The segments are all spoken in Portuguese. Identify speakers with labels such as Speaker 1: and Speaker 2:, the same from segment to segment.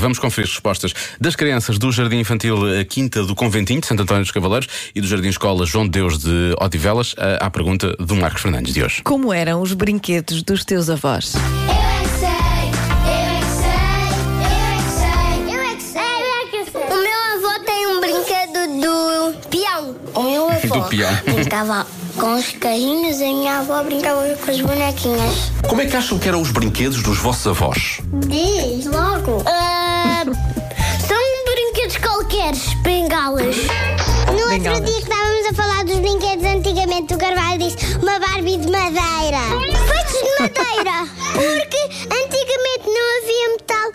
Speaker 1: Vamos conferir as respostas das crianças do Jardim Infantil eh, Quinta do Conventinho de Santo António dos Cavaleiros e do Jardim Escola João de Deus de Odivelas eh, à pergunta do Marcos Fernandes de hoje.
Speaker 2: Como eram os brinquedos dos teus avós?
Speaker 3: Eu é que sei, eu é que sei, eu é que sei, eu é que sei, eu é que sei. O meu avô tem um brinquedo do peão. O meu avô
Speaker 1: Do peão.
Speaker 3: brincava com os carrinhos e a minha avó brincava com as bonequinhas.
Speaker 1: Como é que acham que eram os brinquedos dos vossos avós?
Speaker 3: Diz logo. Ah, são brinquedos qualquer, bengalas. No
Speaker 2: Bengalas.
Speaker 3: outro dia que estávamos a falar dos brinquedos antigamente, o Carvalho disse uma Barbie de madeira. Feitos de madeira! Porque antigamente não havia metal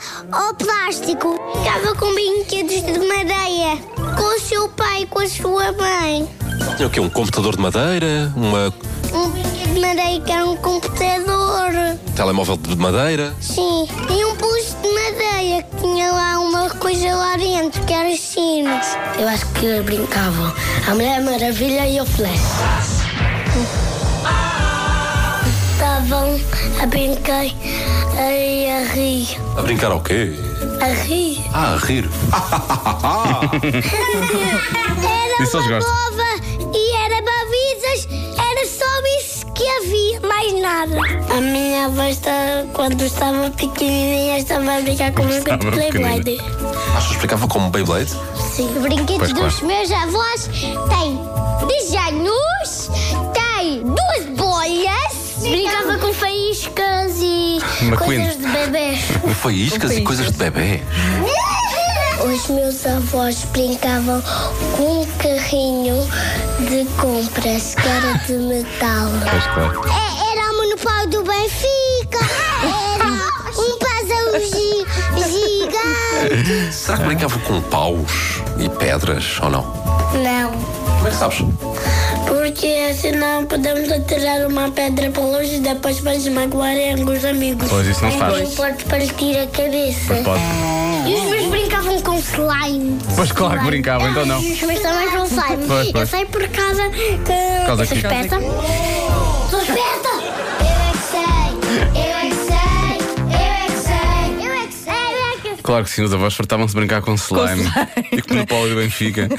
Speaker 3: ou plástico. Ficava com brinquedos de madeira, com o seu pai, com a sua mãe.
Speaker 4: Tinha o quê? Um computador de madeira? Uma
Speaker 3: Um brinquedo de madeira que era um computador.
Speaker 4: telemóvel de madeira?
Speaker 3: Sim, e um pulso de madeira que tinha lá uma coisa lá dentro, que era os sinos. Eu acho que eu brincava. A Mulher Maravilha e o Flash. Estavam a brincar e a rir.
Speaker 4: A brincar ao quê?
Speaker 3: A rir.
Speaker 4: Ah, a rir.
Speaker 3: Era
Speaker 1: Isso eles
Speaker 3: uma
Speaker 1: gostam.
Speaker 3: cova e era babizas, era só isso que havia, mais nada. A minha avó, está- quando estava pequenininha, estava a brincar com um
Speaker 1: Estava
Speaker 3: Playboy.
Speaker 4: Acho que explicava como Beyblade.
Speaker 3: Sim. Brinquedos
Speaker 1: Pois, claro.
Speaker 3: dos meus avós têm desenhos, têm duas bolhas. Brincava com faíscas e
Speaker 1: Macuinhos.
Speaker 3: coisas de bebês.
Speaker 4: Faíscas e coisas de bebê.
Speaker 3: Os meus avós brincavam com um carrinho de compras que era de metal.
Speaker 1: Pois claro.
Speaker 3: É, era o monopólio do Benfica, era um puzzle gi- gigante.
Speaker 4: Será que brincava com paus e pedras ou não?
Speaker 3: Não.
Speaker 4: Como é que sabes?
Speaker 3: Porque senão podemos atirar uma pedra para longe e depois vais magoar os amigos.
Speaker 1: Pois, isso não se faz. Pois.
Speaker 3: Pode partir a
Speaker 1: Pois
Speaker 3: cabeça.
Speaker 1: pode.
Speaker 3: E os meus brincavam com slime.
Speaker 1: Pois claro que brincavam, então não.
Speaker 3: Os meus também com slime.
Speaker 1: Pois, pois.
Speaker 3: Eu sei por causa
Speaker 1: causa
Speaker 3: que...
Speaker 1: que-
Speaker 3: Suspeita. Suspeita! Eu é que sei, eu é que sei, eu é que sei, eu é que sei, eu é que sei.
Speaker 1: Claro que sim, os avós fartavam-se de brincar com slime. E com o Paulo do Benfica.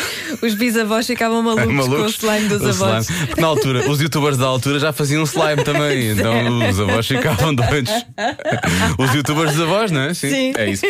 Speaker 2: Os bisavós ficavam malucos, com o slime dos
Speaker 1: É O
Speaker 2: avós.
Speaker 1: slime. Porque Na altura, os youtubers da altura já faziam slime também, então os avós ficavam doidos. Os youtubers dos avós, não é?
Speaker 2: Sim.
Speaker 1: É isso.